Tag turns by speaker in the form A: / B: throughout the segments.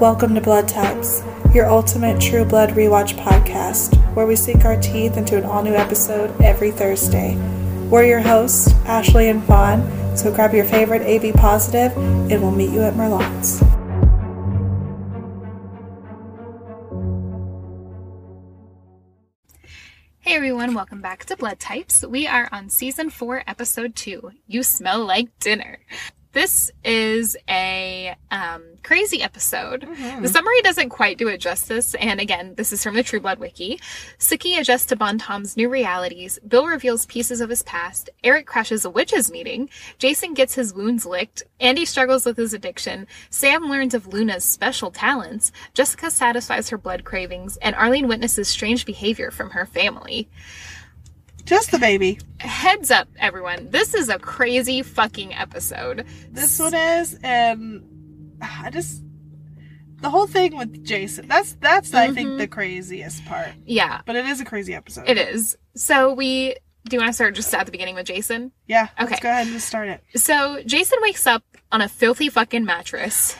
A: Welcome to Blood Types, your ultimate True Blood rewatch podcast, where we sink our teeth into an all new episode every Thursday. We're your hosts, Ashley and Fawn, so grab your favorite AB positive and we'll meet you at Merlot's.
B: Hey everyone, welcome back to Blood Types. We are on season four, episode two. You smell like dinner. This is a um, crazy episode. The summary doesn't quite do it justice, and again, this is from the True Blood Wiki. Siki adjusts to Bon Tom's new realities, Bill reveals pieces of his past, Eric crashes a witches' meeting, Jason gets his wounds licked, Andy struggles with his addiction, Sam learns of Luna's special talents, Jessica satisfies her blood cravings, and Arlene witnesses strange behavior from her family.
A: Just the baby.
B: Heads up, everyone. This is a crazy fucking episode.
A: This one is, and I just the whole thing with Jason. That's that's I think the craziest part.
B: Yeah,
A: But it is a crazy episode.
B: Mm-hmm. it is. So we do you want to start just at the beginning with Jason?
A: Yeah.
B: Okay.
A: Let's go ahead and just start it.
B: So Jason wakes up on a filthy fucking mattress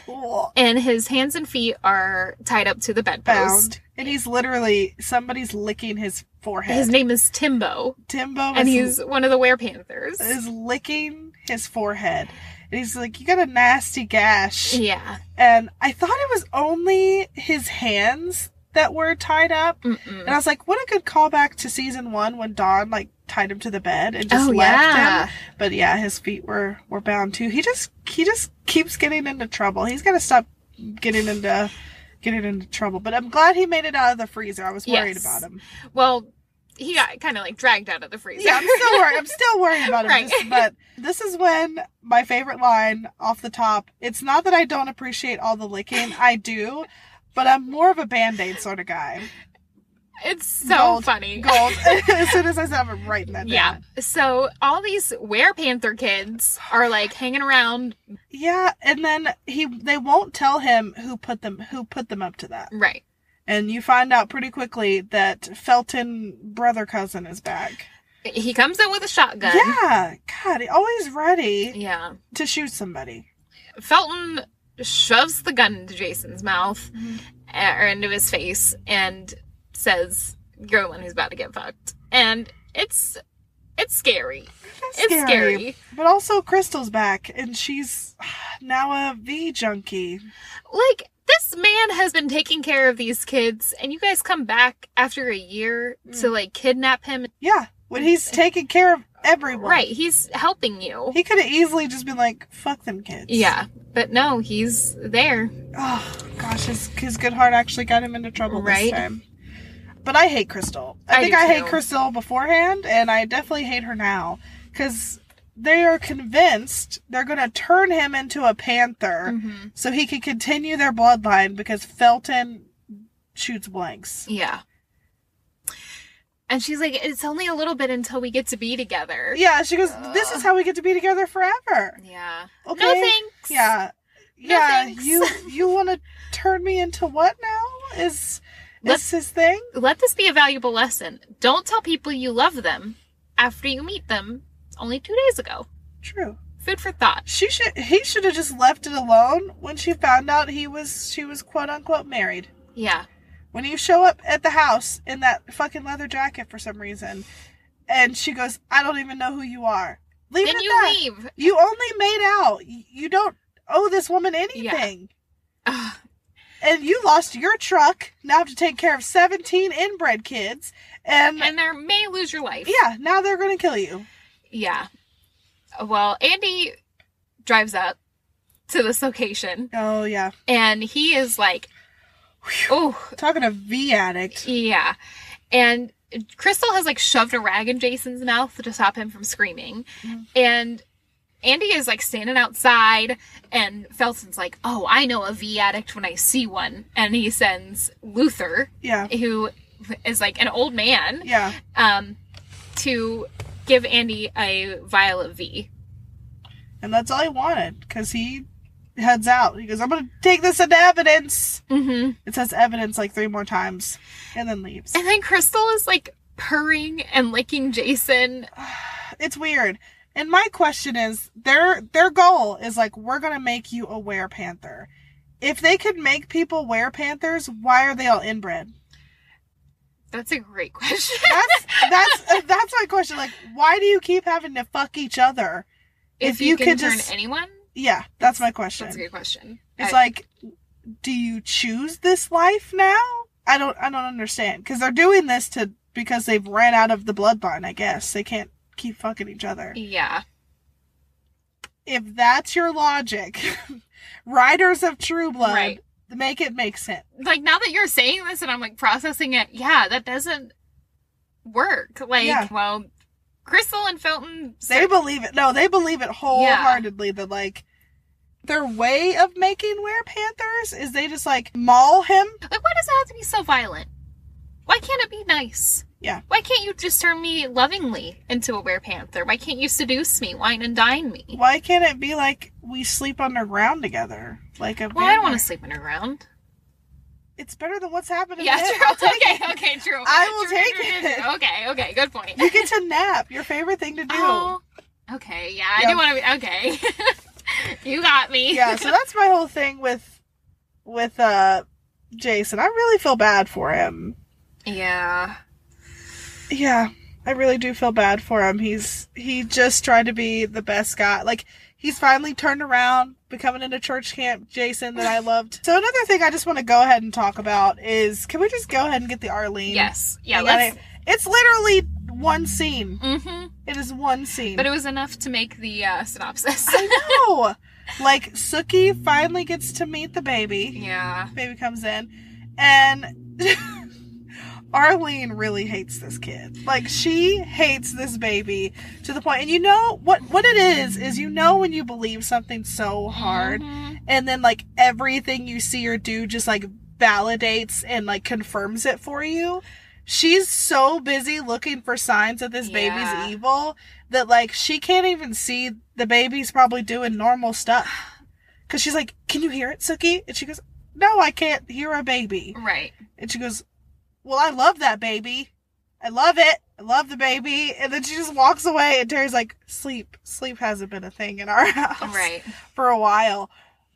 B: and his hands and feet are tied up to the bedpost.
A: Bound, and he's literally somebody's licking his forehead.
B: His name is Timbo
A: Timbo
B: and
A: is,
B: he's one of the werepanthers.
A: is licking his forehead, and he's like, "You got a nasty gash."
B: Yeah.
A: And I thought it was only his hands that were tied up,
B: Mm-mm.
A: and I was like, "What a good callback to season one when Dawn like tied him to the bed and just
B: Oh,
A: left
B: yeah.
A: him." But yeah, his feet were were bound too. He just he just keeps getting into trouble. He's got to stop getting into getting into trouble. But I'm glad he made it out of the freezer. I was worried
B: Yes.
A: about him.
B: Well, he got kind of like dragged out of the freezer.
A: Yeah, I'm still worried. I'm still worried about him.
B: Right.
A: just- but this is when my favorite line off the top. It's not that I don't appreciate all the licking. I do, but I'm more of a band aid sort of guy.
B: it's so
A: Gold.
B: funny.
A: Gold. as soon as I said, I'm writing that
B: Yeah.
A: down.
B: So all these wear panther kids are like hanging around.
A: Yeah, and then he they won't tell him who put them who put them up to that.
B: Right.
A: And you find out pretty quickly that Felton brother cousin is back.
B: He comes in with a shotgun.
A: Yeah. God, he always ready
B: Yeah.
A: to shoot somebody.
B: Felton shoves the gun into Jason's mouth uh, or into his face and says, You're the one who's about to get fucked. And it's it's scary. It's scary.
A: But also Crystal's back and she's now a V junkie.
B: Like this man has been taking care of these kids and you guys come back after a year to like kidnap him.
A: Yeah. When he's taking care of everyone.
B: Right. He's helping you.
A: He could have easily just been like, fuck them kids.
B: Yeah. But no, he's there.
A: Oh gosh, his his good heart actually got him into trouble
B: Right?
A: this time. But I hate Crystal. I,
B: I
A: think
B: do
A: I hate
B: too.
A: Crystal beforehand, and I definitely hate her now because they are convinced they're going to turn him into a
B: Mm.
A: panther so he can continue their bloodline because Felton shoots blanks.
B: Yeah. And she's like, it's only a little bit until we get to be together.
A: Yeah, she goes, This is how we get to be together forever.
B: Yeah.
A: Okay.
B: No thanks.
A: Yeah.
B: No
A: Yeah.
B: thanks.
A: you you wanna turn me into what now? Is is
B: Let's-
A: his thing?
B: Let this be a valuable lesson. Don't tell people you love them after you meet them only two days ago.
A: True.
B: Food for thought.
A: She should he should have just left it alone when she found out he was she was quote unquote married.
B: Yeah.
A: When you show up at the house in that fucking leather jacket for some reason and she goes, I don't even know who you are. Leave it
B: then
A: at
B: you
A: that.
B: leave.
A: You only made out. You you don't owe this woman anything.
B: Ugh.
A: And you lost your truck. Now have to take care of seventeen inbred kids. And,
B: And there may lose your life.
A: yeah, now they're gonna kill you.
B: Yeah. Well, Andy drives up to this location
A: Oh yeah.
B: and he is like, oh,
A: Talking to V addict.
B: Yeah. And Crystal has like shoved a rag in Jason's mouth to stop him from screaming.
A: Mm-hmm.
B: And Andy is like standing outside, and Felton's like, Oh, I know a V addict when I see one. And he sends Luther,
A: Yeah.
B: who is like an old man,
A: Yeah.
B: um, to give Andy a vial of V.
A: And that's all he wanted because he heads out. He goes, I'm going to take this into evidence.
B: Mm-hmm.
A: It says evidence like three more times and then leaves.
B: And then Crystal is like purring and licking Jason.
A: It's weird. And my question is their their goal is like we're going to make you aware panther. If they could make people wear panthers, why are they all inbred?
B: That's a great question.
A: That's that's uh, that's my question. Like, why do you keep having to fuck each other?
B: if,
A: if
B: you,
A: you
B: can
A: could
B: turn
A: just-
B: anyone,
A: Yeah, that's my question.
B: that's a good question.
A: It's
B: I-
A: like, do you choose this life now? I don't. I don't understand because they're doing this to because they've ran out of the bloodline. I guess they can't keep fucking each other.
B: yeah,
A: If that's your logic, writers of True Blood,
B: Right.
A: make it make sense.
B: like now that you're saying this and I'm like processing it, yeah, that doesn't work. Like,
A: Yeah.
B: well, Crystal and Felton,
A: They believe it. No, they believe it wholeheartedly that like their way of making wear panthers is they just like maul him.
B: like, why does it have to be so violent? Why can't it be nice?
A: Yeah.
B: Why can't you just turn me lovingly into a werepanther? Why can't you seduce me, wine and dine me?
A: Why can't it be like we sleep underground together? Like a
B: Well, I don't want
A: vampire?
B: to sleep underground.
A: It's better than what's happening.
B: Yeah,
A: now.
B: true.
A: Take
B: Okay,
A: it.
B: okay, true.
A: I will
B: True,
A: take
B: true, true,
A: it.
B: true. Okay, okay, good point.
A: You get to nap. Your favorite thing to do.
B: Oh, okay. Yeah, I
A: Yeah.
B: do want to be. Okay, you got me.
A: Yeah, so that's my whole thing with with uh Jason. I really feel bad for him.
B: yeah.
A: Yeah, I really do feel bad for him. He's he just tried to be the best guy. Like he's finally turned around, becoming into church camp Jason that I loved. So another thing I just want to go ahead and talk about is can we just go ahead and get the Arlene?
B: Yes. Yeah.
A: thing out
B: Let's.
A: of- It's literally one scene.
B: hmm
A: It is one scene.
B: But it was enough to make the uh, synopsis.
A: I know. like Suki finally gets to meet the baby.
B: yeah.
A: Baby comes in, and Arlene really hates this kid. Like she hates this baby to the point- And you know what? What it is is you know when you believe something so hard,
B: Mhm.
A: and then like everything you see or do just like validates and like confirms it for you. She's so busy looking for signs that this
B: Yeah.
A: baby's evil that like she can't even see the baby's probably doing normal stuff. Cause she's like, Can you hear it, Suki? And she goes, No, I can't hear a baby.
B: Right.
A: And she goes, Well, I love that baby. I love it. I love the baby. And then she just walks away and Terry's like, Sleep. Sleep hasn't been a thing in our house
B: Right.
A: for a while.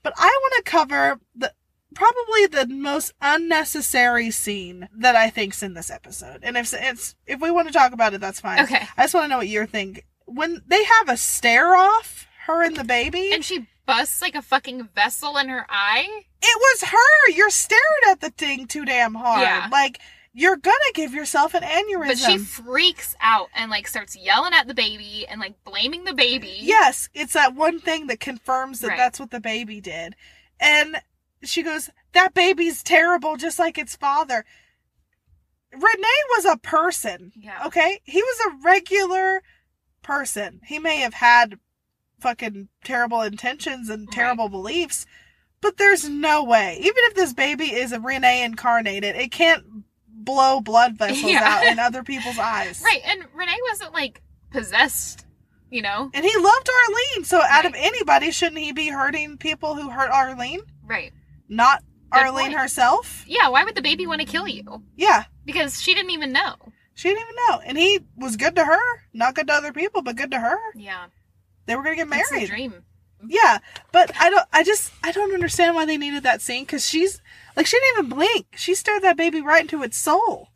A: But I want to cover the probably the most unnecessary scene that I think's in this episode. And if it's if we want to talk about it, that's fine.
B: Okay.
A: I just want to know what you're think when they have a stare off. Her and the baby.
B: And she busts like a fucking vessel in her eye.
A: it was her. You're staring at the thing too damn hard.
B: Yeah.
A: Like you're gonna give yourself an aneurysm.
B: But she freaks out and like starts yelling at the baby and like blaming the baby.
A: Yes, it's that one thing that confirms that
B: Right.
A: that's what the baby did. And she goes, That baby's terrible, just like its father. Renee was a person,
B: Yeah.
A: okay? He was a regular person. He may have had fucking terrible intentions and
B: Right.
A: terrible beliefs, but there's no way. Even if this baby is a Renee incarnated, it can't blow blood vessels
B: Yeah.
A: out in other people's eyes.
B: Right. And Renee wasn't like possessed, you know?
A: And he loved Arlene, so out of
B: Right.
A: anybody, shouldn't he be hurting people who hurt Arlene?
B: Right.
A: Not
B: Good
A: Arlene
B: point.
A: herself?
B: Yeah. Why would the baby want to kill you?
A: Yeah,
B: Because she didn't even know.
A: she didn't even know. And he was good to her. Not good to other people, but good to her.
B: Yeah.
A: They were going to get
B: That's the
A: married.
B: dream.
A: Yeah, but I don't, I just, I don't understand why they needed that scene because she's, like, she didn't even blink. She stared that baby right into its soul.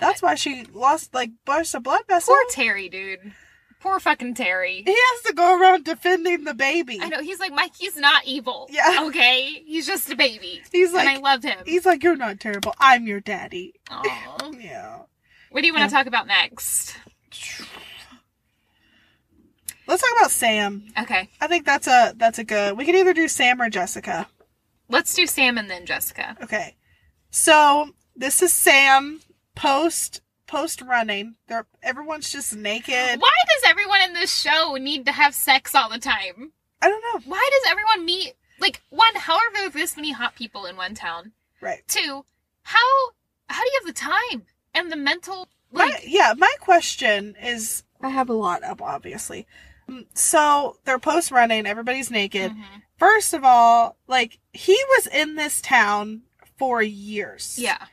A: That's why she lost, like, burst a blood vessel.
B: Poor Terry, dude. Poor fucking Terry.
A: he has to go around defending the baby.
B: I know he's like Mikey's not evil.
A: Yeah.
B: Okay. He's just a baby.
A: He's
B: and I
A: like,
B: love him.
A: he's like, you're not terrible. I'm your daddy.
B: Aw.
A: Yeah.
B: What do you want to talk about next?
A: Let's talk about Sam.
B: Okay.
A: I think that's a that's a good. We can either do Sam or Jessica.
B: Let's do Sam and then Jessica.
A: Okay. So this is Sam post post running. They're everyone's just naked.
B: Why does everyone in this show need to have sex all the time?
A: I don't know.
B: Why does everyone meet like one, how are there this many hot people in one town?
A: Right.
B: Two, how how do you have the time and the mental like
A: my, yeah. My question is, I have a lot up, obviously. Mm, So they're post running. Everybody's naked.
B: Mhm.
A: First of all, like he was in this town for years.
B: Yeah.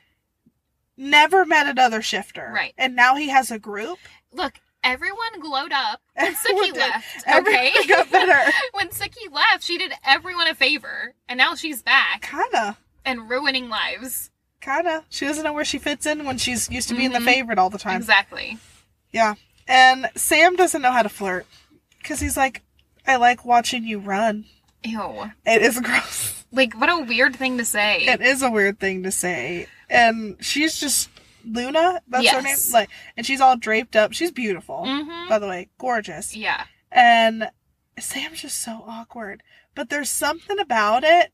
A: Never met another shifter.
B: Right.
A: And now he has a group.
B: Look, everyone glowed up when
A: Everyone
B: Suki
A: did.
B: left. Okay.
A: Everything got better.
B: when Suki left, she did everyone a favor, and now she's back
A: Kinda.
B: and ruining lives.
A: Kinda. She doesn't know where she fits in when she's used to being the favorite all the time.
B: Exactly.
A: Yeah. And Sam doesn't know how to flirt because he's like, I like watching you run.
B: Ew.
A: It is gross.
B: Like, what a weird thing to say.
A: It is a weird thing to say. And she's just Luna, that's her name.
B: Yes.
A: Like and she's all draped up. She's beautiful.
B: Mhm.
A: By the way, gorgeous.
B: yeah.
A: And Sam's just so awkward. But there's something about it.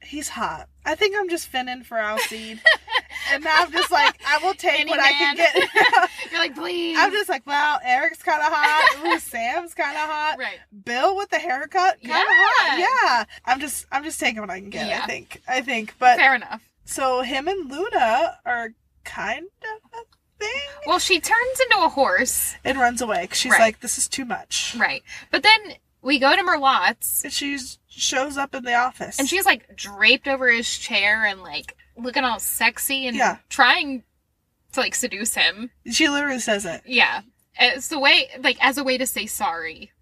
A: He's hot. I think I'm just finning for Alcide. and now I'm just like, I will take
B: Any
A: what I can
B: man.
A: get.
B: You're like, please.
A: I'm just like, wow, Eric's kind of hot. Ooh, Sam's kind of hot.
B: right.
A: Bill with the haircut, kind of
B: Yeah.
A: hot. Yeah, I'm just, I'm just taking what I can get. I
B: Yeah.
A: think, I think. But
B: Fair enough.
A: so him and Luna are kind of a thing.
B: Well, she turns into a horse.
A: It runs away. 'cause she's
B: Right.
A: like, this is too much.
B: Right. But then we go to Merlot's,
A: And she shows up in the office.
B: and she's like draped over his chair and like looking all sexy and
A: Yeah.
B: trying to like seduce him.
A: she literally says it.
B: Yeah. It's the way, like, as a way to say sorry.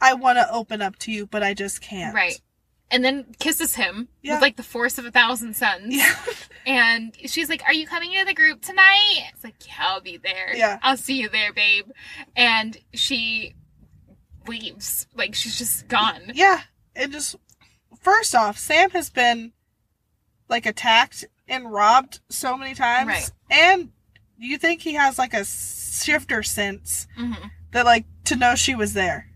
A: I want to open up to you, but I just can't.
B: Right. And then kisses him
A: Yeah.
B: with like the force of a thousand suns.
A: Yeah.
B: And she's like, Are you coming to the group tonight? It's like, Yeah, I'll be there.
A: Yeah.
B: I'll see you there, babe. And she leaves. Like, she's just gone.
A: Yeah. And just first off, Sam has been like attacked and robbed so many times.
B: Right.
A: And you think he has like a shifter sense
B: hmm
A: that like to know she was there.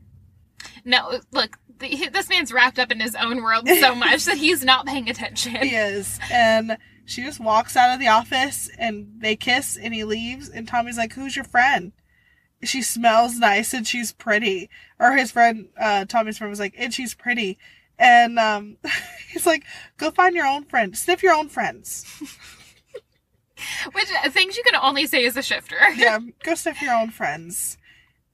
B: No, look, the, this man's wrapped up in his own world so much that he's not paying attention.
A: He is. And she just walks out of the office and they kiss and he leaves and Tommy's like, Who's your friend? She smells nice and she's pretty. Or his friend, uh, Tommy's friend was like, and she's pretty. And um, he's like, go find your own friend. Sniff your own friends.
B: Which uh, things you can only say as a shifter.
A: yeah, go sniff your own friends.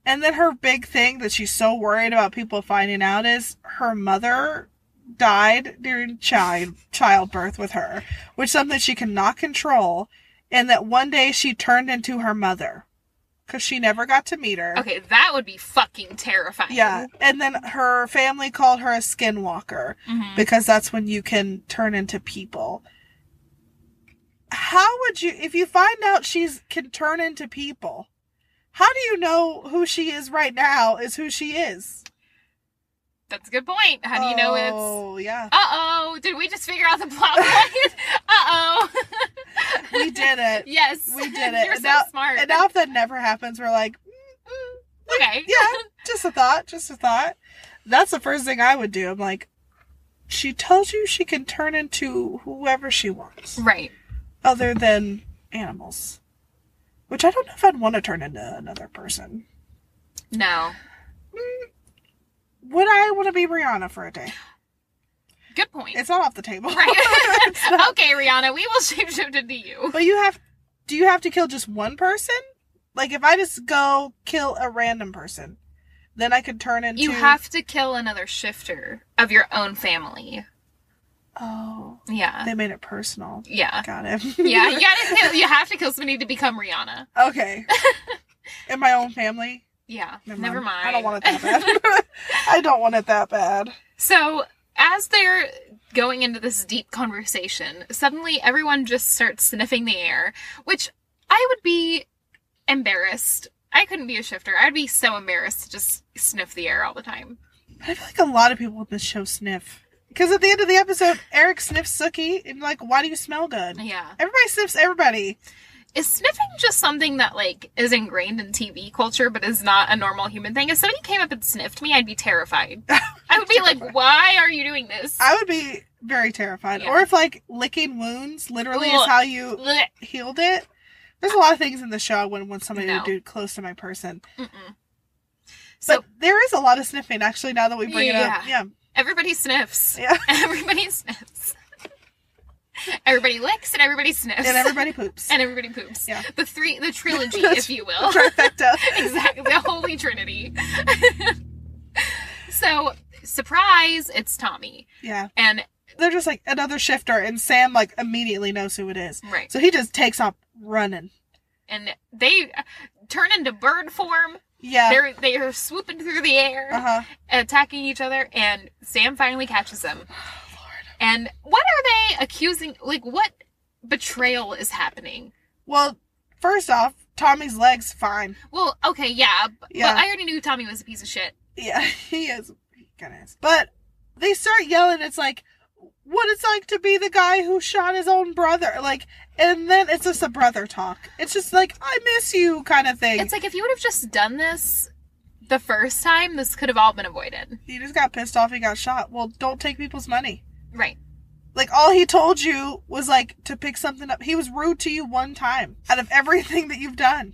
A: And then her big thing that she's so worried about people finding out is her mother died during child childbirth with her, which is something she cannot control, and that one day she turned into her mother because she never got to meet her.
B: Okay, that would be fucking terrifying.
A: Yeah, and then her family called her a skinwalker
B: Mhm.
A: because that's when you can turn into people. How would you if you find out she's can turn into people? How do you know who she is right now is who she is?
B: That's a good point. How do you know it's.
A: Oh, yeah.
B: Uh oh, did we just figure out the plot point? uh oh.
A: We did it.
B: yes.
A: We did it.
B: You're
A: And
B: so
A: now-
B: smart.
A: and now if that never happens, we're like,
B: okay.
A: yeah, just a thought, just a thought. That's the first thing I would do. I'm like, she tells you she can turn into whoever she wants,
B: Right.
A: other than animals. Which I don't know if I'd want to turn into another person.
B: No.
A: Would I want to be Rihanna for a day?
B: Good point.
A: It's not off the table.
B: right.
A: It's not-
B: okay, Rihanna, we will shapeshift into you.
A: but you have, do you have to kill just one person? Like if I just go kill a random person, then I could turn into.
B: You have to kill another shifter of your own family.
A: Oh,
B: Yeah.
A: they made it personal.
B: Yeah.
A: Got it.
B: Yeah, you gotta kill, you have to kill somebody to become Rihanna.
A: Okay. In my own family.
B: Yeah. Never mind.
A: I don't want it that bad. I don't want it that bad.
B: So, as they're going into this deep conversation, suddenly everyone just starts sniffing the air, which I would be embarrassed. I couldn't be a shifter. I'd be so embarrassed to just sniff the air all the time.
A: I feel like a lot of people in this show sniff. Because at the end of the episode, Eric sniffs Sookie and like, why do you smell good?
B: Yeah.
A: Everybody sniffs everybody.
B: Is sniffing just something that like is ingrained in TV culture but is not a normal human thing? If somebody came up and sniffed me, I'd be terrified. I would be like, "Why are you doing this?"
A: I would be very terrified.
B: Yeah.
A: Or if like licking wounds literally is
B: Ugh.
A: how you
B: Blech.
A: healed it. There's a lot of things in the show I wouldn't want somebody
B: No.
A: to do close to my person.
B: Mm-mm. So
A: But there is a lot of sniffing actually now that we bring it up. Yeah.
B: everybody sniffs.
A: Yeah.
B: Everybody sniffs. Everybody licks and everybody sniffs.
A: And everybody poops.
B: And everybody poops.
A: Yeah.
B: The three the trilogy,
A: That's-
B: if you will.
A: Trifecta.
B: exactly. The holy trinity. so surprise, it's Tommy.
A: Yeah.
B: And
A: they're just like another shifter and sam like immediately knows who it is
B: right.
A: so he just takes off running
B: and they turn into bird form.
A: Yeah.
B: They're they are swooping through the air,
A: Uh-huh.
B: attacking each other, and Sam finally catches them.
A: Lord.
B: And what are they accusing? Like, what betrayal is happening?
A: Well, first off, Tommy's leg's fine.
B: Well, okay, yeah, b- but
A: Yeah.
B: I already knew Tommy was a piece of shit.
A: Yeah, he is. He kind of is. But they start yelling. It's like, what it's like to be the guy who shot his own brother. Like, and then it's just a brother talk. It's just like, I miss you kind of thing.
B: It's like if you would have just done this the first time, this could have all been avoided.
A: he just got pissed off. He got shot. Well, don't take people's money.
B: Right.
A: Like, all he told you was like to pick something up. He was rude to you one time out of everything that you've done.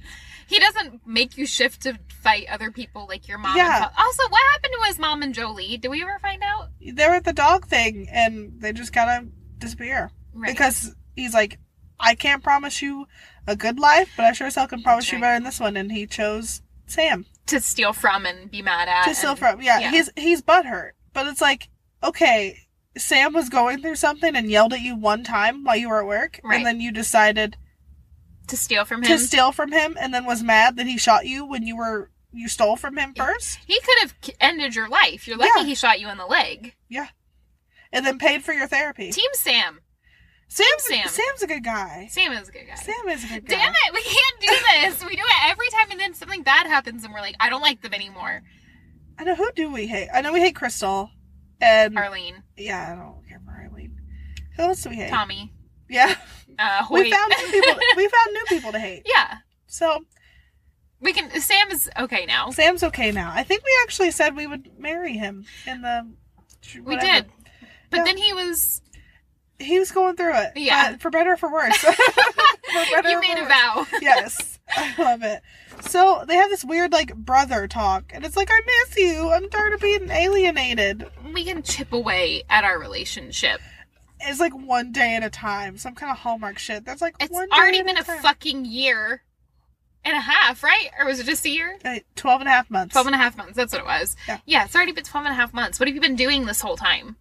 B: He doesn't make you shift to fight other people like your mom.
A: Yeah.
B: And Pop- also, what happened to his mom and Jolie? Did we ever find out?
A: They were at the dog thing and they just kind of disappear.
B: Right.
A: because he's like, I can't promise you a good life, but I sure as hell can promise
B: That's
A: you
B: right.
A: better than this one. And he chose Sam
B: to steal from and be mad at.
A: to steal
B: and-
A: from. Yeah,
B: yeah.
A: he's he's butthurt, but it's like, okay, Sam was going through something and yelled at you one time while you were at work,
B: Right.
A: and then you decided
B: To steal from
A: to
B: him.
A: steal from him, and then was mad that he shot you when you were you stole from him first,
B: he could have k- ended your life. You're lucky
A: Yeah.
B: he shot you in the leg.
A: and then paid for your therapy.
B: Team Sam.
A: Sam's
B: Sam.
A: Sam's a good guy.
B: Sam is a good guy.
A: Sam is a good guy.
B: Damn it, we can't do this. we do it every time, and then something bad happens, and we're like, I don't like them anymore.
A: I know who do we hate? I know we hate Crystal, and
B: Arlene,
A: Yeah, I don't care for Eileen. Who else do we hate?
B: Tommy,
A: Yeah,
B: uh, Hoyt.
A: we found new people. we found new people to hate.
B: yeah,
A: So
B: we can. Sam is okay now.
A: Sam's okay now. I think we actually said we would marry him in the.
B: we
A: whatever.
B: did, but
A: Yeah.
B: then he was.
A: He was going through it.
B: Yeah.
A: but for better or for worse. better
B: you
A: or
B: made a
A: worse.
B: vow.
A: yes, I love it. So they have this weird like brother talk, and it's like I miss you. I'm tired of being alienated.
B: We can chip away at our relationship.
A: It's like one day at a time. Some kind of hallmark shit. That's like
B: It's
A: one.
B: already
A: day at
B: been a
A: time.
B: fucking year and a half, right? Or was it just a year?
A: Uh, Twelve and a half months.
B: 12 and a half months. That's what it was.
A: Yeah.
B: it's already been 12 and a half months. What have you been doing this whole time?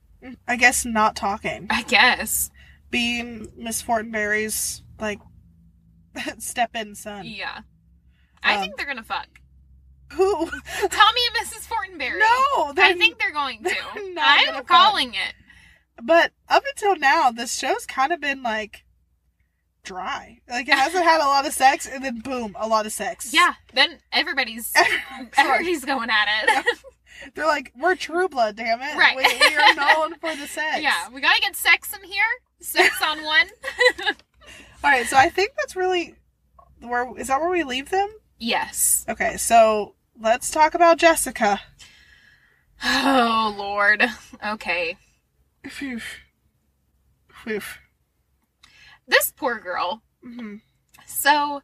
A: I guess not talking.
B: I guess.
A: being Miss Fortenberry's like step in son.
B: Yeah. I
A: Um,
B: think they're going to fuck.
A: Who?
B: Tommy and Mrs. Fortenberry.
A: No, they're,
B: I think they're going to.
A: they're not gonna
B: I'm
A: fuck.
B: calling it.
A: But up until now, this show's kind of been like dry. Like it hasn't had a lot of sex, and then boom, a lot of sex.
B: Yeah, then everybody's
A: Everyone's like-
B: everybody's going at it.
A: They're like, we're True Blood, damn it.
B: Right.
A: We, we are known for the sex.
B: yeah, we gotta get sex in here. Sex on one.
A: All right. So I think that's really where is that where we leave them?
B: Yes.
A: Okay. So let's talk about Jessica.
B: Oh Lord. Okay.
A: Phew. Phew.
B: This poor girl.
A: hmm
B: So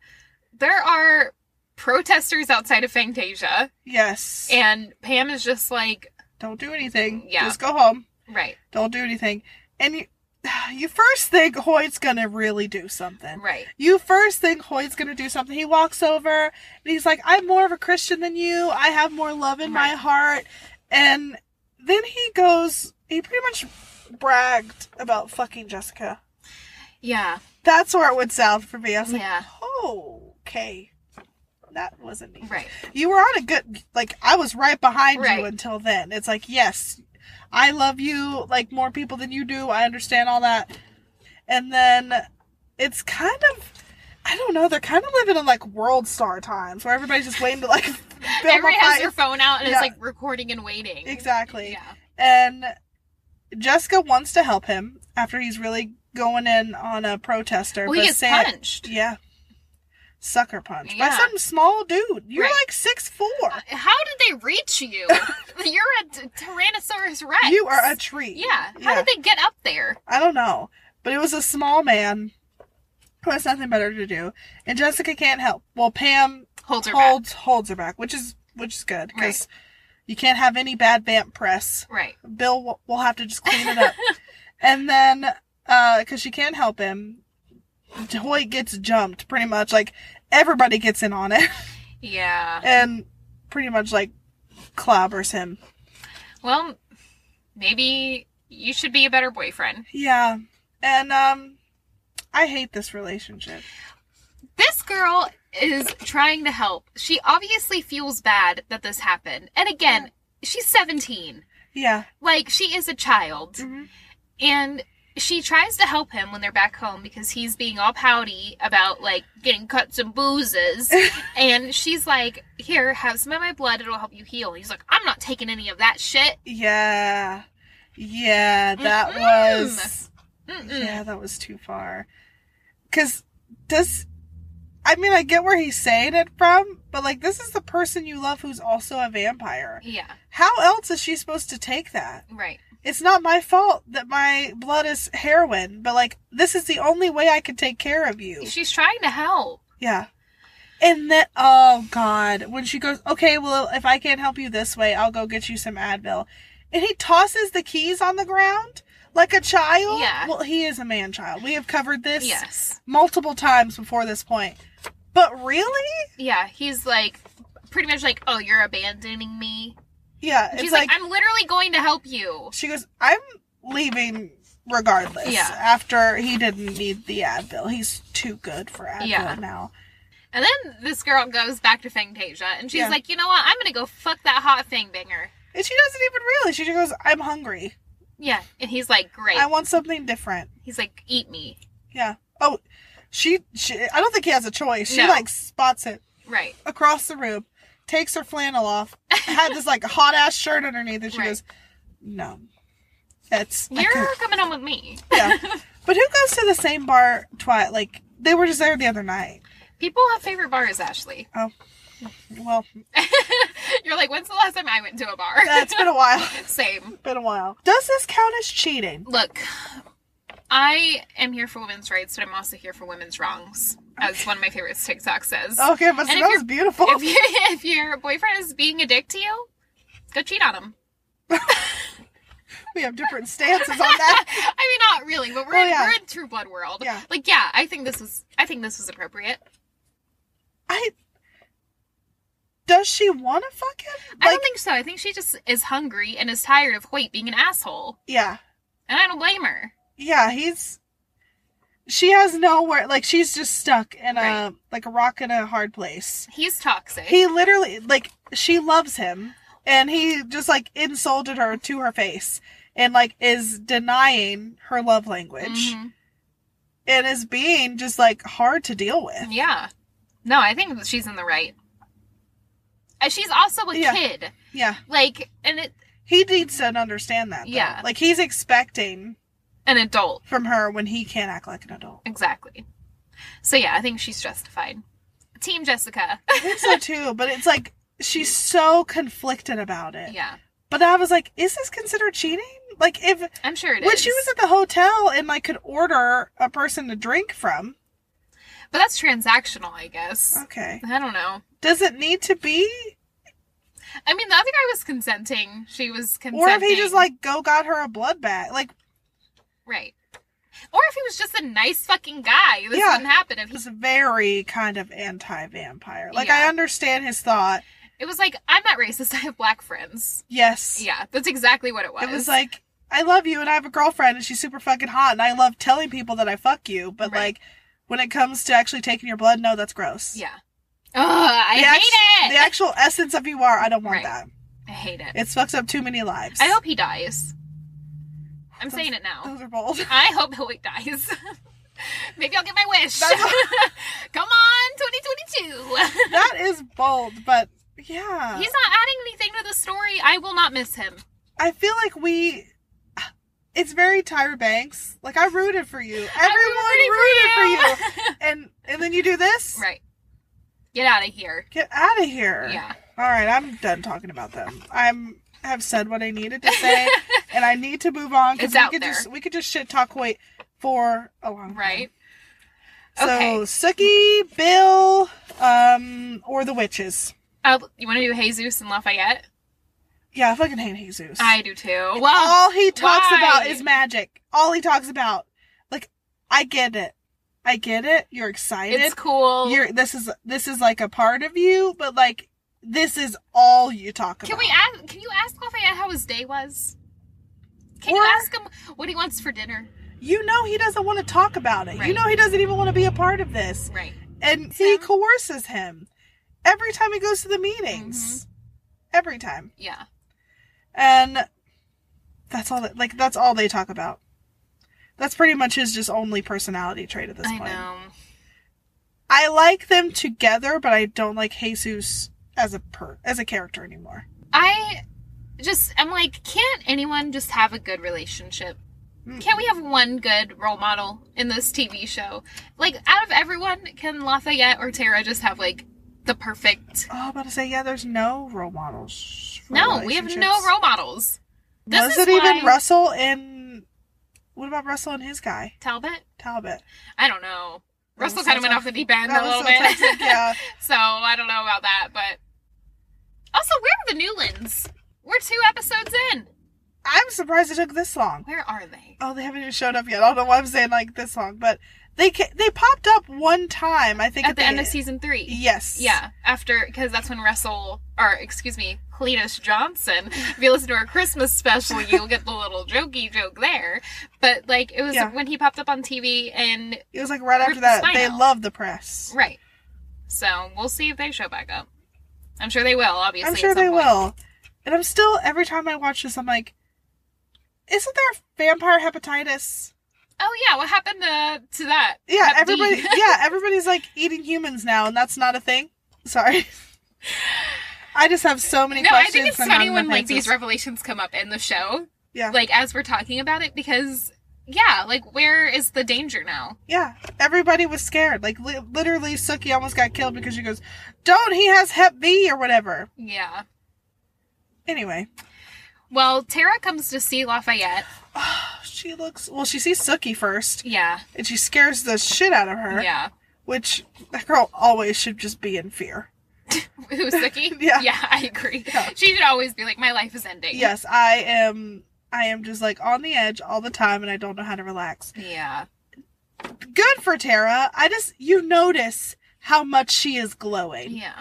B: there are protesters outside of Fantasia,
A: Yes.
B: and Pam is just like,
A: don't do anything.
B: Yeah.
A: Just go home.
B: right,
A: Don't do anything. And you you first think Hoyt's gonna really do something.
B: right.
A: You first think Hoyt's gonna do something. He walks over and he's like, I'm more of a Christian than you. I have more love in my
B: Right.
A: heart. And then he goes he pretty much bragged about fucking Jessica.
B: Yeah,
A: That's where it would sound for me. I was like,
B: yeah,
A: Oh, okay. That wasn't me
B: right.
A: you were on a good like i was right behind
B: Right.
A: you until then it's like yes i love you like more people than you do i understand all that and then it's kind of i don't know they're kind of living in like world star times where everybody's just waiting to like film a
B: Everybody has their
A: fight
B: phone out and
A: Yeah.
B: is like recording and waiting.
A: exactly
B: Yeah.
A: and jessica wants to help him after he's really going in on a protester
B: Well, he
A: but
B: gets
A: Sam-
B: punched.
A: yeah sucker punch by
B: Yeah.
A: some small dude you're
B: Right.
A: like six four
B: Uh, How did they reach you? You're a t- Tyrannosaurus Rex.
A: You are a tree.
B: Yeah. How
A: Yeah.
B: did they get up there?
A: I don't know. But it was a small man who has nothing better to do. And Jessica can't help. Well, Pam
B: Holds her back.
A: holds holds her back, which is which is good because you can't have any bad vamp press.
B: Right.
A: Bill will, will have to just clean it up. and then because she can't help him, Hoyt gets jumped pretty much. Like everybody gets in on it
B: Yeah.
A: and pretty much like clobbers him.
B: Well, maybe you should be a better boyfriend.
A: Yeah. And um I hate this relationship.
B: This girl is trying to help. She obviously feels bad that this happened. And again, she's 17.
A: Yeah.
B: Like, she is a child. And she tries to help him when they're back home because he's being all pouty about, like, getting cuts and bruises. and she's like, Here, have some of my blood. It'll help you heal. He's like, I'm not taking any of that shit.
A: Yeah. Yeah, that
B: Mm-mm. Mm.
A: was
B: Mm-mm.
A: Yeah, that was too far. Cuz does I mean, I get where he's saying it from, but like this is the person you love who's also a vampire.
B: yeah,
A: How else is she supposed to take that?
B: right.
A: It's not my fault that my blood is heroin, but like this is the only way I can take care of you.
B: She's trying to help.
A: Yeah. And then, oh god, when she goes, okay, well, if I can't help you this way, I'll go get you some Advil. And he tosses the keys on the ground like a child.
B: Yeah.
A: Well, he is a man child. We have covered this
B: Yes.
A: multiple times before this point. But really?
B: Yeah, he's like, pretty much like, Oh, you're abandoning me.
A: Yeah. It's
B: She's
A: like,
B: like, I'm literally going to help you.
A: she goes, I'm leaving regardless.
B: Yeah.
A: After he didn't need the Advil. He's too good for Advil
B: Yeah.
A: now.
B: And then this girl goes back to Fantasia and she's
A: Yeah.
B: like, you know what? I'm going to go fuck that hot Fangbanger.
A: And she doesn't even realize. She just goes, I'm hungry.
B: Yeah. And he's like, great.
A: I want something different.
B: he's like, eat me.
A: Yeah. Oh, she. she I don't think he has a choice. She
B: No.
A: like spots it
B: Right.
A: across the room, takes her flannel off, had this like hot ass shirt underneath, and she
B: Right.
A: goes, "No, that's I
B: You're
A: can't."
B: coming home with me.
A: yeah." But who goes to the same bar twice? Like they were just there the other night.
B: People have favorite bars, Ashley.
A: Well,
B: You're like, when's the last time I went to a bar?
A: that's been a while.
B: Same.
A: Been a while. Does this count as cheating?
B: Look, I am here for women's rights, but I'm also here for women's wrongs, as one of my favorite TikTok says.
A: Okay, but
B: And if
A: that was
B: you're-
A: beautiful.
B: If, you, if your boyfriend is being a dick to you, go cheat on him.
A: we have different stances on that.
B: I mean, not really, but we're,
A: Oh,
B: in,
A: yeah.
B: we're in True Blood world.
A: Yeah.
B: Like, yeah, I think this was I think this was appropriate.
A: I. Does she want to fuck him?
B: I
A: Like,
B: don't think so. I think she just is hungry and is tired of Hoyt being an asshole,
A: yeah.
B: and I don't blame her.
A: yeah, he's she has nowhere like she's just stuck in a
B: Right.
A: like a rock in a hard place.
B: He's toxic.
A: He literally like she loves him and he just like insulted her to her face and like is denying her love language
B: Mhm.
A: and is being just like hard to deal with.
B: Yeah. No, I think that she's in the right. And she's also a
A: Yeah.
B: kid.
A: Yeah.
B: Like and it
A: He needs to understand that. though.
B: Yeah.
A: Like he's expecting
B: an adult.
A: from her when he can't act like an adult.
B: Exactly. So yeah, I think she's justified. Team Jessica.
A: I think so too, but it's like she's so conflicted about it.
B: yeah.
A: But I was like, is this considered cheating? Like if
B: I'm sure it is.
A: when she was at the hotel and like could order a person to drink from.
B: But that's transactional, I guess.
A: Okay.
B: I don't know.
A: Does it need to be?
B: I mean, the other guy was consenting. She was consenting.
A: Or if he just like go got her a blood bag. Like
B: right, or if he was just a nice fucking guy, this
A: Yeah.
B: wouldn't happen. If
A: it
B: he,
A: was very kind of anti vampire. Like I
B: Yeah.
A: understand his thought.
B: it was like, I'm not racist. I have black friends.
A: Yes.
B: Yeah, that's exactly what it was.
A: It was like I love you and I have a girlfriend and she's super fucking hot and I love telling people that I fuck you, but
B: Right.
A: like when it comes to actually taking your blood, no, that's gross.
B: yeah. Ugh, I
A: the act-
B: hate
A: The
B: it.
A: actual essence of who you are, I don't
B: Right.
A: want that.
B: I hate it.
A: It fucks up too many lives.
B: I hope he dies. I'm
A: Those-
B: saying it now.
A: those are bold.
B: I hope Hoyt dies. Maybe I'll get my wish.
A: That's
B: Come on, 2022.
A: that is bold, but yeah.
B: He's not adding anything to the story. I will not miss him.
A: I feel like we. It's very Tyra Banks. Like I rooted for you. Everyone
B: I'm
A: rooted,
B: rooting
A: for, you. and and then you do this.
B: Right. Get out of here.
A: Get out of here.
B: Yeah.
A: All right, I'm done talking about them. I'm have said what I needed to say, and I need to move on
B: It's
A: we
B: out
A: could
B: there.
A: just we could just shit talk Hoyt for a long time.
B: Right.
A: So
B: Okay.
A: Suki, Bill, um, or the witches.
B: Uh, you want to do Jesus and Lafayette?
A: Yeah, I fucking hate Jesus.
B: I do too. Well,
A: all he talks
B: why?
A: about is magic. All he talks about, like, I get it, I get it. You're excited.
B: it's cool.
A: You're this is this is like a part of you, but like this is all you talk
B: Can
A: about.
B: we ask? Can you ask Lafayette how his day was? Can
A: Or-
B: you ask him what he wants for dinner?
A: You know he doesn't want to talk about it. You
B: Right.
A: know he doesn't even want to be a part of this.
B: Right.
A: and he
B: Yeah.
A: coerces him every time he goes to the meetings.
B: Mm-hmm.
A: Every time.
B: Yeah.
A: And that's all that like that's all they talk about. That's pretty much his just only personality trait at this
B: I
A: point.
B: know.
A: I like them together, but I don't like Jesus as a per as a character anymore.
B: I just I'm like, can't anyone just have a good relationship?
A: Mm.
B: Can't we have one good role model in this TV show? Like, out of everyone, can Lafayette or Tara just have like the perfect?
A: Oh, I'm about to say, yeah, there's no role models. for
B: No, we have no
A: relationships.
B: role models. This
A: Was
B: is
A: it even
B: why-
A: Russell and what about Russell and his guy
B: Talbot?
A: Talbot?
B: I don't know.
A: That
B: Russell
A: was
B: kind
A: so
B: of went
A: tough.
B: off the deep end
A: That
B: a
A: was
B: little
A: so
B: bit,
A: toxic, yeah.
B: so I don't know about that. But also, where are the Newlands? We're two episodes in.
A: I'm surprised it took this long.
B: Where are they?
A: Oh, they haven't even showed up yet. I don't know why I'm saying like this long, but they ca- they popped up one time. I think
B: At the end of season three.
A: Yes.
B: Yeah, after because that's when Russell, or excuse me, Cletus Johnson. If you listen to our Christmas special, you'll get the little jokey joke there. But like, it was
A: Yeah.
B: when he popped up on TV, and
A: It was like right
B: Ripped
A: after
B: the
A: that.
B: spine
A: They
B: out.
A: love the press.
B: right. So we'll see if they show back up. I'm sure they will. Obviously,
A: I'm
B: at
A: sure
B: some
A: they
B: point.
A: will. And I'm still every time I watch this, I'm like, isn't there vampire hepatitis?
B: Oh yeah, what happened to to that?
A: Yeah,
B: Hep D?
A: everybody. yeah, everybody's like eating humans now, and that's not a thing. Sorry. I just have so many
B: No, I
A: questions.
B: think it's
A: and not
B: funny
A: enough
B: when like these
A: answers.
B: revelations come up in the show,
A: Yeah,
B: like as we're talking about it, because yeah, like where is the danger now?
A: yeah. Everybody was scared. Like li- literally, Suki almost got killed because she goes, "Don't he has Hep B or whatever."
B: Yeah.
A: Anyway,
B: Well, Tara comes to see Lafayette.
A: she looks. Well, she sees Suki first,
B: Yeah,
A: and she scares the shit out of her.
B: yeah.
A: Which that girl always should just be in fear.
B: Who's Suki?
A: Yeah.
B: yeah, I agree.
A: Yeah.
B: She should always be like, my life is ending.
A: Yes, I am. I am just like on the edge all the time, and I don't know how to relax.
B: yeah,
A: Good for Tara. I just you notice how much she is glowing,
B: yeah.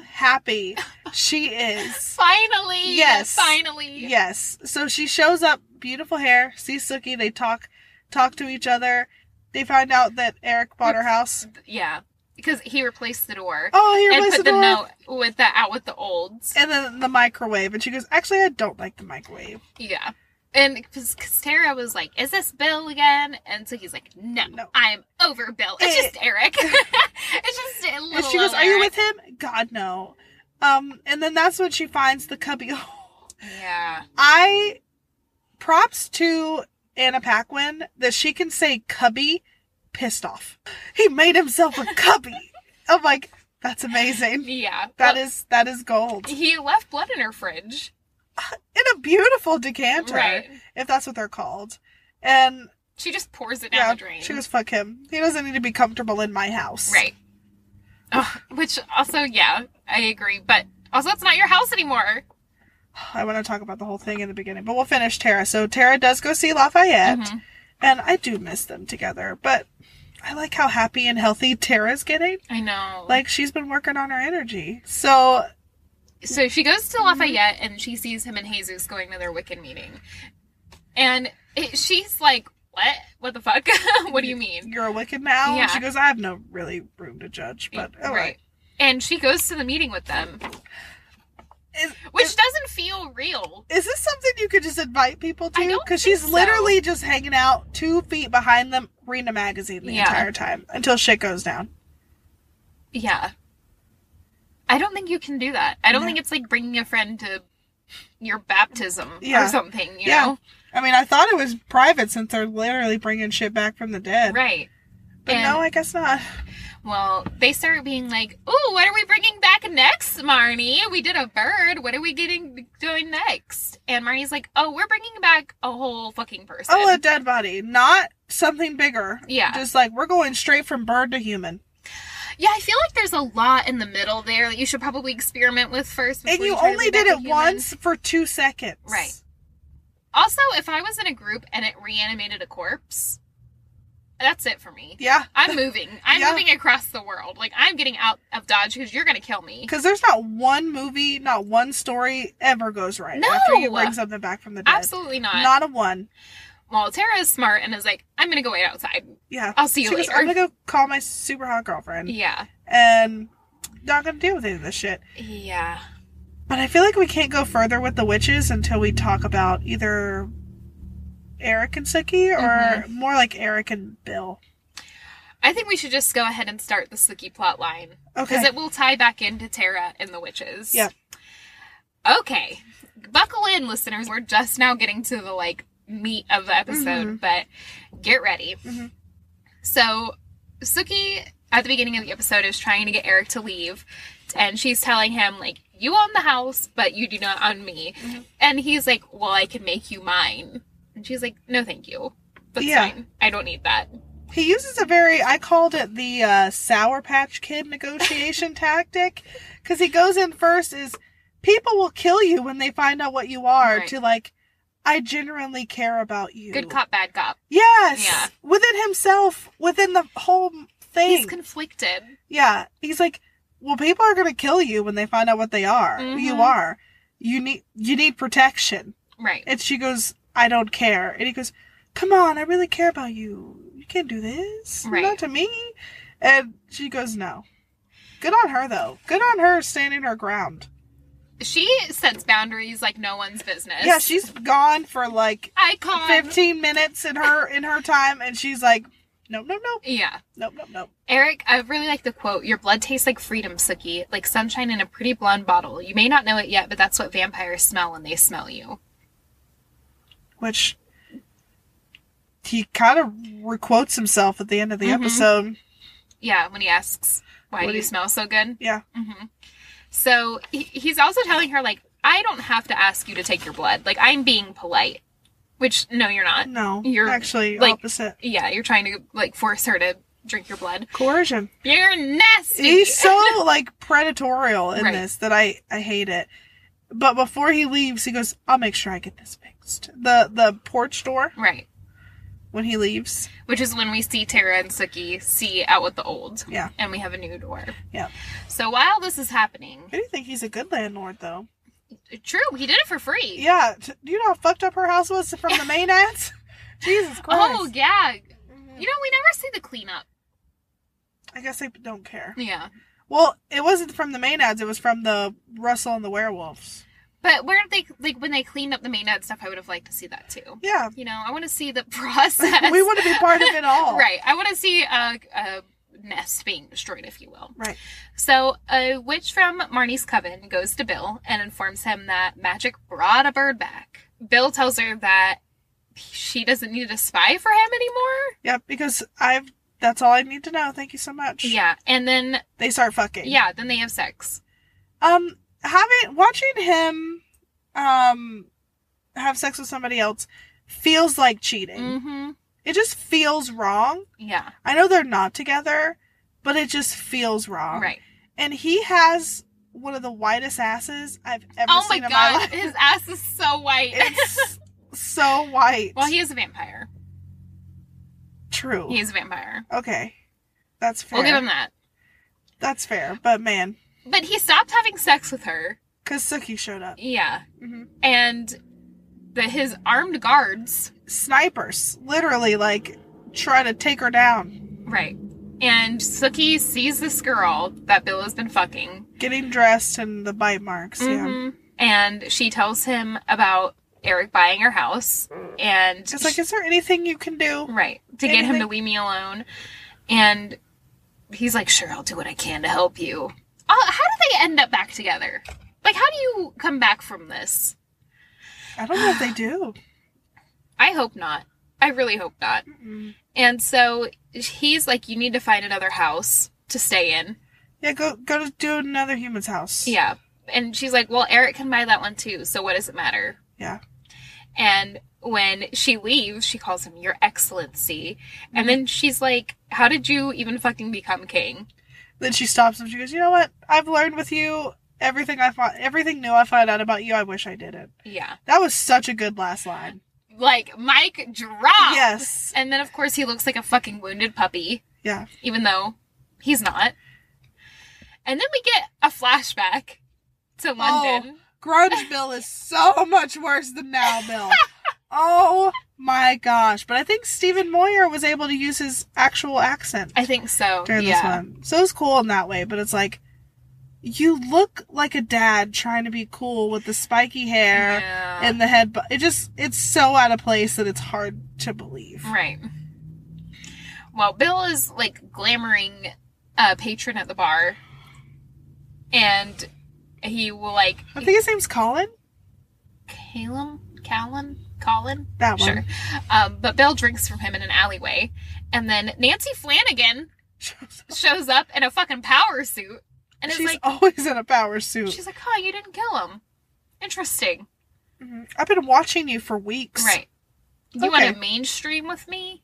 A: happy she is.
B: Finally,
A: Yes.
B: finally.
A: Yes. So she shows up, beautiful hair. Sees Suki. They talk, talk to each other. They find out that Eric bought her house.
B: yeah. Because he replaced the door
A: Oh, here
B: and
A: was
B: put
A: the
B: the
A: door.
B: note with the out with the olds.
A: And then the microwave, and she goes, "Actually, I don't like the microwave.
B: yeah. And because Tara was like, "Is this Bill again?" And so he's like, "No,
A: No.
B: I'm over Bill. It's
A: Eh.
B: just Eric. it's just a little."
A: And she goes,
B: old
A: "Are you
B: Eric."
A: with him? God no." Um, and then that's when she finds the cubbyhole.
B: Yeah,
A: I props to Anna Paquin that she can say cubby pissed off. He made himself a cubby. I'm like, that's amazing.
B: yeah.
A: That is that is gold.
B: He left blood in her fridge.
A: In a beautiful decanter,
B: Right.
A: if that's what they're called. And
B: She just pours it down
A: yeah,
B: the drain.
A: she goes, fuck him. He doesn't need to be comfortable in my house.
B: Right. Ugh, which also, yeah, I agree. But also, it's not your house anymore.
A: I want to talk about the whole thing in the beginning, but we'll finish Tara. So Tara does go see Lafayette,
B: Mhm.
A: and I do miss them together, but I like how happy and healthy Tara's getting.
B: I know.
A: Like she's been working on her energy. So
B: so she goes
A: Mm-hmm.
B: to Lafayette and she sees him and Jesus going to their Wiccan meeting, and it, she's like, "What? What the fuck? what do you mean?"
A: you're a Wiccan now.
B: Yeah.
A: She goes, I have no really room to judge, but oh, all right.
B: And she goes to the meeting with them,
A: Is,
B: which
A: is,
B: doesn't feel real.
A: is this something you could just invite people
B: I
A: to?
B: don't
A: Because
B: think
A: she's
B: so.
A: literally just hanging out two feet behind them, reading a magazine the
B: Yeah.
A: entire time until shit goes down.
B: Yeah. I don't think you can do that. I don't
A: No.
B: think it's like bringing a friend to your baptism
A: Yeah.
B: or something. You
A: Yeah.
B: know,
A: I mean, I thought it was private since they're literally bringing shit back from the dead.
B: right?
A: But
B: And-
A: no, I guess not.
B: Well, they start being like, "Ooh, what are we bringing back next, Marnie? We did a bird. What are we getting doing next?" And Marnie's like, "Oh, we're bringing back a whole fucking person."
A: Oh, a dead body, not something bigger.
B: Yeah.
A: Just like we're going straight from bird to human.
B: yeah, I feel like there's a lot in the middle there that you should probably experiment with first.
A: And
B: before
A: you
B: try to
A: only
B: be
A: did
B: back a
A: it
B: human.
A: once for two seconds.
B: Right. Also, if I was in a group and it reanimated a corpse, that's it for me.
A: Yeah.
B: I'm moving. I'm
A: Yeah.
B: moving across the world. Like I'm getting out of Dodge because you're gonna kill me.
A: Because there's not one movie, not one story ever goes right
B: No!
A: after you bring something back from the dead.
B: Absolutely not.
A: Not a one.
B: Well, Tara is smart and is like, I'm gonna go wait outside.
A: Yeah.
B: I'll see you
A: She goes,
B: later.
A: I'm gonna go call my super hot girlfriend
B: Yeah.
A: and not gonna deal with any of this shit.
B: Yeah.
A: But I feel like we can't go further with the witches until we talk about either Eric and Suki or
B: Mm-hmm.
A: more like Eric and Bill.
B: I think we should just go ahead and start the Suki plot line.
A: Okay.
B: Because it will tie back into Tara and the witches.
A: Yeah.
B: Okay. Buckle in, listeners. We're just now getting to the like meat of the episode,
A: Mm-hmm.
B: but get ready.
A: Mhm.
B: So Suki at the beginning of the episode is trying to get Eric to leave, and she's telling him, like, you own the house, but you do not own me.
A: Mm-hmm.
B: And he's like, Well, I can make you mine. And she's like, No, thank you. That's
A: Yeah.
B: fine. I don't need that.
A: He uses a very, I called it the uh, Sour Patch Kid negotiation tactic, because he goes in first is people will kill you when they find out what you are.
B: Right.
A: To like, I genuinely care about you.
B: Good cop, bad cop.
A: Yes.
B: Yeah.
A: Within himself, within the whole thing.
B: He's conflicted.
A: Yeah, he's like, well, people are gonna kill you when they find out what they are.
B: Mhm.
A: You are. You need you need protection.
B: Right.
A: And she goes, I don't care. And he goes, Come on, I really care about you. You can't do this.
B: Right.
A: Not to me. And she goes, No. Good on her though. Good on her standing her ground.
B: She sets boundaries like no one's business.
A: Yeah, she's gone for like
B: icon.
A: fifteen minutes in her in her time, and she's like, Nope, nope, nope,
B: Yeah.
A: nope, nope, nope.
B: Eric, I really like the quote Your blood tastes like freedom, Suki, like sunshine in a pretty blonde bottle. You may not know it yet, but that's what vampires smell when they smell you.
A: which he kind of requotes himself at the end of the
B: Mhm.
A: episode.
B: Yeah, when he asks, Why
A: What
B: do
A: do
B: you
A: you-
B: smell so good?
A: Yeah.
B: hmm So he, he's also telling her, like, I don't have to ask you to take your blood. Like, I'm being polite, which, no, you're not.
A: No,
B: You're,
A: actually
B: like-
A: opposite
B: Yeah, you're trying to, like, force her to drink your blood.
A: coercion.
B: You're nasty.
A: He's so like predatorial in
B: Right.
A: this that I I hate it. But before he leaves, he goes, "I'll make sure I get this fixed." The the porch door
B: right.
A: when he leaves.
B: which is when we see Tara and Suki see out with the old.
A: Yeah.
B: And we have a new door.
A: Yeah.
B: So while this is happening,
A: I do think he's a good landlord though.
B: true, he did it for free.
A: Yeah, t- do you know how fucked up her house was from the main ads? Jesus Christ!
B: Oh, yeah. You know, we never see the cleanup.
A: I guess they don't care.
B: Yeah.
A: Well, it wasn't from the main ads. It was from the Russell and the Werewolves.
B: But where they, like, when they cleaned up the mainnet stuff, I would have liked to see that too.
A: Yeah,
B: You know, I want to see the process.
A: we want to be part of it all.
B: Right. I want to see a, a nest being destroyed, if you will.
A: Right.
B: So, a witch from Marnie's coven goes to Bill and informs him that magic brought a bird back. Bill tells her that she doesn't need a spy for him anymore.
A: Yeah, because I've that's all I need to know. Thank you so much.
B: Yeah, and then
A: They start fucking.
B: yeah, then they have sex.
A: Um having watching him um have sex with somebody else feels like cheating.
B: Mm-hmm.
A: It just feels wrong.
B: Yeah.
A: I know they're not together, but it just feels wrong.
B: Right.
A: And he has one of the whitest asses I've ever
B: Oh my
A: seen in my
B: god,
A: life.
B: his ass is so white.
A: It's so white.
B: well, he is a vampire.
A: True.
B: He is a vampire.
A: Okay. That's fair.
B: We'll give him that.
A: That's fair. But man,
B: But he stopped having sex with her.
A: because Suki showed up.
B: Yeah.
A: hmm
B: and the, his armed guards,
A: Snipers literally like try to take her down,
B: right? And Suki sees this girl that Bill has been fucking,
A: getting dressed and the bite marks. Yeah.
B: Mhm. and she tells him about Eric buying her house, and
A: It's like, is there anything you can do?
B: right to get him to
A: anything-
B: leave me alone, and he's like, "Sure, I'll do what I can to help you." Oh, how do they end up back together? Like, how do you come back from this?
A: I don't know if they do.
B: I hope not. I really hope not.
A: Mm-mm.
B: And so he's like, "You need to find another house to stay in."
A: Yeah, go go to do another human's house.
B: Yeah. And she's like, well, Eric can buy that one too, so what does it matter?
A: Yeah.
B: And when she leaves, she calls him Your Excellency.
A: Mm-hmm.
B: And then she's like, how did you even fucking become king?
A: Then she stops and she goes, you know what? I've learned with you everything I find, everything new I find out about you. I wish I did it.
B: Yeah.
A: That was such a good last line.
B: Like, Mike dropped.
A: Yes.
B: And then, of course, he looks like a fucking wounded puppy,
A: Yeah.
B: even though he's not. And then we get a flashback
A: Oh.
B: to London.
A: Grunge Bill is so much worse than now Bill. Oh my gosh. But I think Stephen Moyer was able to use his actual accent
B: I think so.
A: during this
B: yeah.
A: one. So it was cool in that way, but it's like you look like a dad trying to be cool with the spiky hair
B: Yeah.
A: and the head bu- it just it's so out of place that it's hard to believe.
B: Right. Well, Bill is like glamoring a patron at the bar, and he will like
A: I think his name's Colin.
B: Calum, Calum, Colin.
A: That one.
B: Sure. Um, but Bill drinks from him in an alleyway, and then Nancy Flanagan shows up in a fucking power suit, and is
A: she's
B: like,
A: always in a power suit.
B: she's like, "Huh, you didn't kill him. Interesting,
A: Mhm. I've been watching you for weeks.
B: right? You want
A: Okay.
B: to mainstream with me?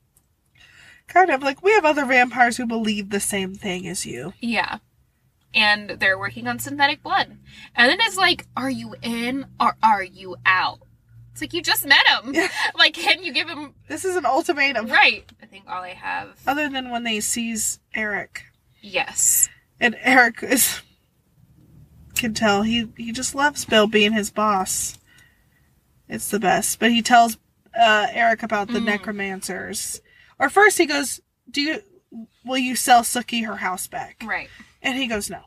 A: Kind of like we have other vampires who believe the same thing as you.
B: Yeah. And they're working on synthetic blood. And then it's like, are you in or are you out? It's like, you just met him.
A: Yeah.
B: Like, can you give him.
A: This is an ultimatum.
B: Right. I think all I have.
A: Other than when they seize Eric.
B: Yes.
A: And Eric is can tell he he just loves Bill being his boss. It's the best. But he tells uh, Eric about the
B: Mm.
A: necromancers. Or first he goes, "Do you will you sell Suki her house back?"
B: Right.
A: And he goes, "No,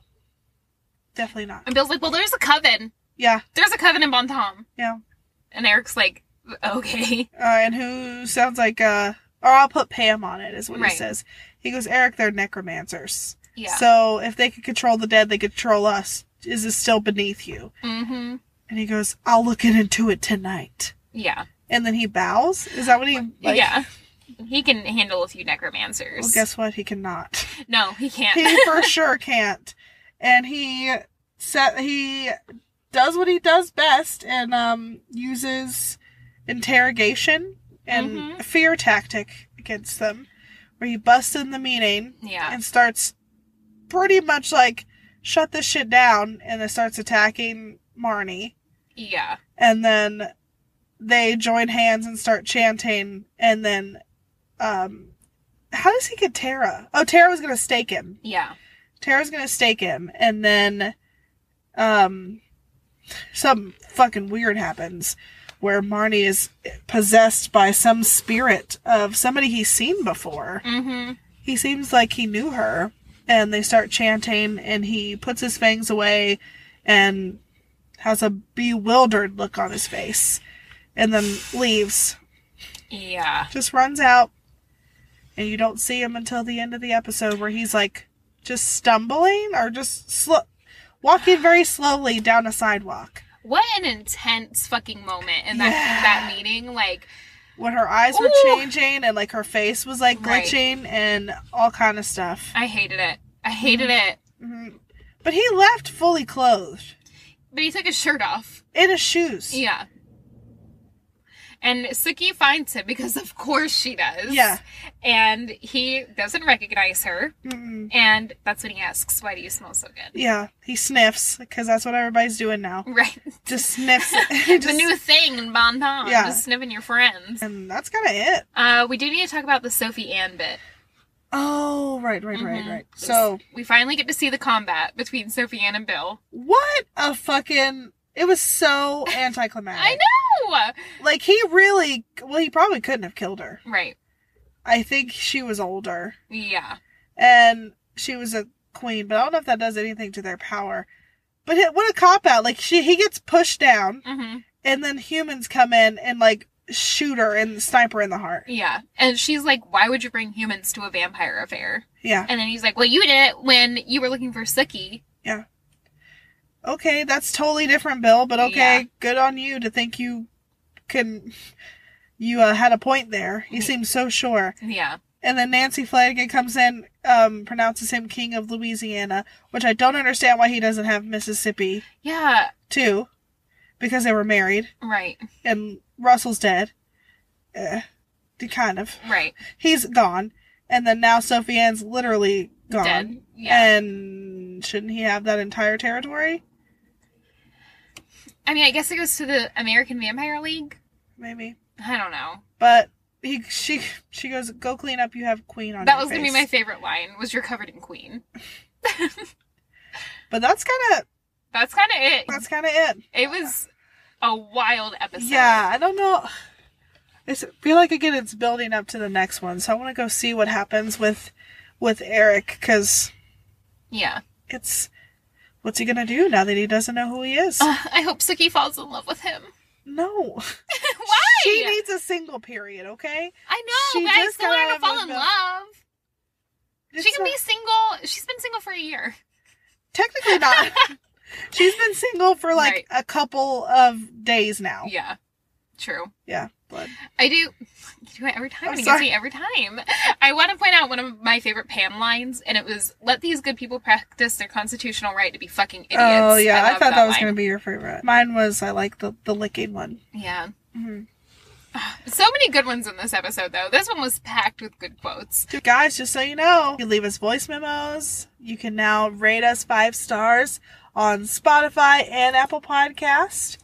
A: definitely not."
B: And Bill's like, well, there's a coven.
A: Yeah,
B: There's a coven in Bontom.
A: yeah.
B: And Eric's like, okay.
A: Uh, and who sounds like uh, or I'll put Pam on it is what
B: Right.
A: he says. He goes, "Eric, they're necromancers.
B: Yeah.
A: So if they could control the dead, they could control us. Is this still beneath you?"
B: hmm
A: And he goes, I'll look into it tonight.
B: Yeah.
A: And then he bows. Is that what he like?
B: yeah. He can handle a few necromancers.
A: Well, guess what? He cannot.
B: no, he can't.
A: he for sure can't. And he set he does what he does best and um uses interrogation and
B: Mhm.
A: fear tactic against them. Where he busts in the meeting
B: yeah.
A: and starts pretty much like shut this shit down and then starts attacking Marnie.
B: Yeah.
A: and then they join hands and start chanting and then um how does he get Tara? Oh, Tara was gonna stake him.
B: Yeah.
A: Tara's gonna stake him, and then um something fucking weird happens where Marnie is possessed by some spirit of somebody he's seen before.
B: hmm
A: He seems like he knew her, and they start chanting, and he puts his fangs away and has a bewildered look on his face, and then leaves.
B: Yeah.
A: Just runs out, and you don't see him until the end of the episode where he's like just stumbling or just sl- walking very slowly down a sidewalk.
B: What an intense fucking moment in that
A: Yeah.
B: that meeting. Like,
A: When her eyes were
B: Ooh.
A: changing and like her face was like
B: Right.
A: glitching and all kind of stuff.
B: I hated it. I hated it.
A: Mhm. But he left fully clothed.
B: But he took his shirt off.
A: in his shoes.
B: Yeah. And Suki finds him because of course she does.
A: Yeah.
B: And he doesn't recognize her.
A: Mm-mm.
B: And that's when he asks, Why do you smell so good?
A: Yeah, he sniffs because that's what everybody's doing now.
B: Right.
A: Just sniffs. just,
B: the new thing in Bon Ton.
A: Yeah.
B: Just sniffing your friends.
A: and that's kind of it.
B: Uh, we do need to talk about the Sophie Ann bit.
A: Oh, right, right, right,
B: Mhm.
A: right. So,
B: We finally get to see the combat between Sophie Ann and Bill.
A: what a fucking. It was so anticlimactic.
B: I know!
A: Like, he really. Well, he probably couldn't have killed her.
B: Right.
A: I think she was older
B: Yeah.
A: and she was a queen, but I don't know if that does anything to their power. But it, what a cop out. Like, she, he gets pushed down,
B: hmm
A: and then humans come in and, like, shoot her and snipe her in the heart.
B: Yeah. And she's like, Why would you bring humans to a vampire affair?
A: Yeah.
B: And then he's like, Well, you did it when you were looking for Suki.
A: okay, that's totally different, Bill, but okay,
B: Yeah.
A: good on you to think you can. You uh, had a point there. You
B: Mm.
A: seem so sure.
B: Yeah.
A: And then Nancy Flanagan comes in, um, pronounces him King of Louisiana, which I don't understand why he doesn't have Mississippi
B: Yeah.
A: too, because they were married
B: Right.
A: and Russell's dead. Eh, kind of.
B: Right.
A: He's gone, and then now Sophie Ann's literally gone.
B: Dead. Yeah.
A: And shouldn't he have that entire territory?
B: I mean, I guess it goes to the American Vampire League.
A: Maybe.
B: I don't know.
A: But he, she, she goes, "Go clean up. You have queen on."
B: That
A: your
B: was gonna be
A: face."
B: my favorite line. Was you're covered in queen.
A: But that's kind of
B: That's kind of it.
A: that's kind of it.
B: It was a wild episode.
A: Yeah, I don't know. I s- feel like again it's building up to the next one, so I want to go see what happens with with Eric because
B: Yeah.
A: it's what's he gonna do now that he doesn't know who he is?
B: Ugh, I hope Suki falls in love with him.
A: no,
B: Why?
A: she needs a single period, okay?
B: I know,
A: she
B: but I
A: just
B: still
A: got
B: want her
A: out
B: to
A: of
B: fall in
A: love.
B: love. she
A: It's
B: can
A: not-
B: be single. She's been single for a year.
A: technically not. She's been single for like
B: Right.
A: a couple of days now. Yeah,
B: Yeah. True.
A: but
B: I do. You do it every time.
A: I'm
B: and it gets
A: sorry.
B: me every time. I want to point out one of my favorite Pam lines, and it was "Let these good people practice their constitutional right to be fucking idiots."
A: oh yeah, I,
B: love
A: thought that, was
B: line.
A: gonna be your favorite. Mine was I like the the licking one.
B: Yeah.
A: Mhm.
B: So many good ones in this episode, though. This one was packed with good quotes.
A: Guys, just so you know, you leave us voice memos. You can now rate us five stars on Spotify and Apple Podcast.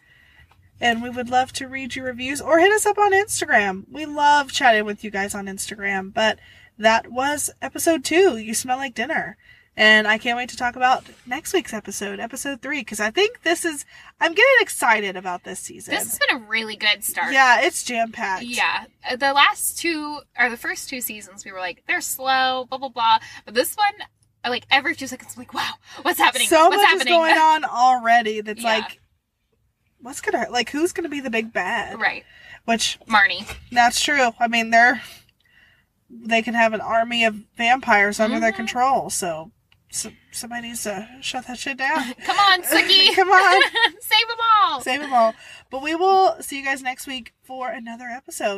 A: And we would love to read your reviews or hit us up on Instagram. We love chatting with you guys on Instagram. But that was episode two. You smell like dinner. And I can't wait to talk about next week's episode, episode three, because I think this is, I'm getting excited about this season.
B: This has been a really good start.
A: yeah, it's jam packed.
B: Yeah. Uh, The last two or the first two seasons, we were like, they're slow, blah blah blah. But this one, I like every two seconds, I'm like, wow, what's happening?
A: So
B: what's
A: much
B: happening?
A: is going on already that's
B: Yeah.
A: like, what's gonna like who's gonna be the big bad?
B: right,
A: Which
B: Marnie.
A: that's true. I mean, they're they can have an army of vampires under their
B: Mhm.
A: control. So, so somebody needs to shut that shit down.
B: Come on, Suki.
A: Come on.
B: Save them all.
A: Save them all. But we will see you guys next week for another episode.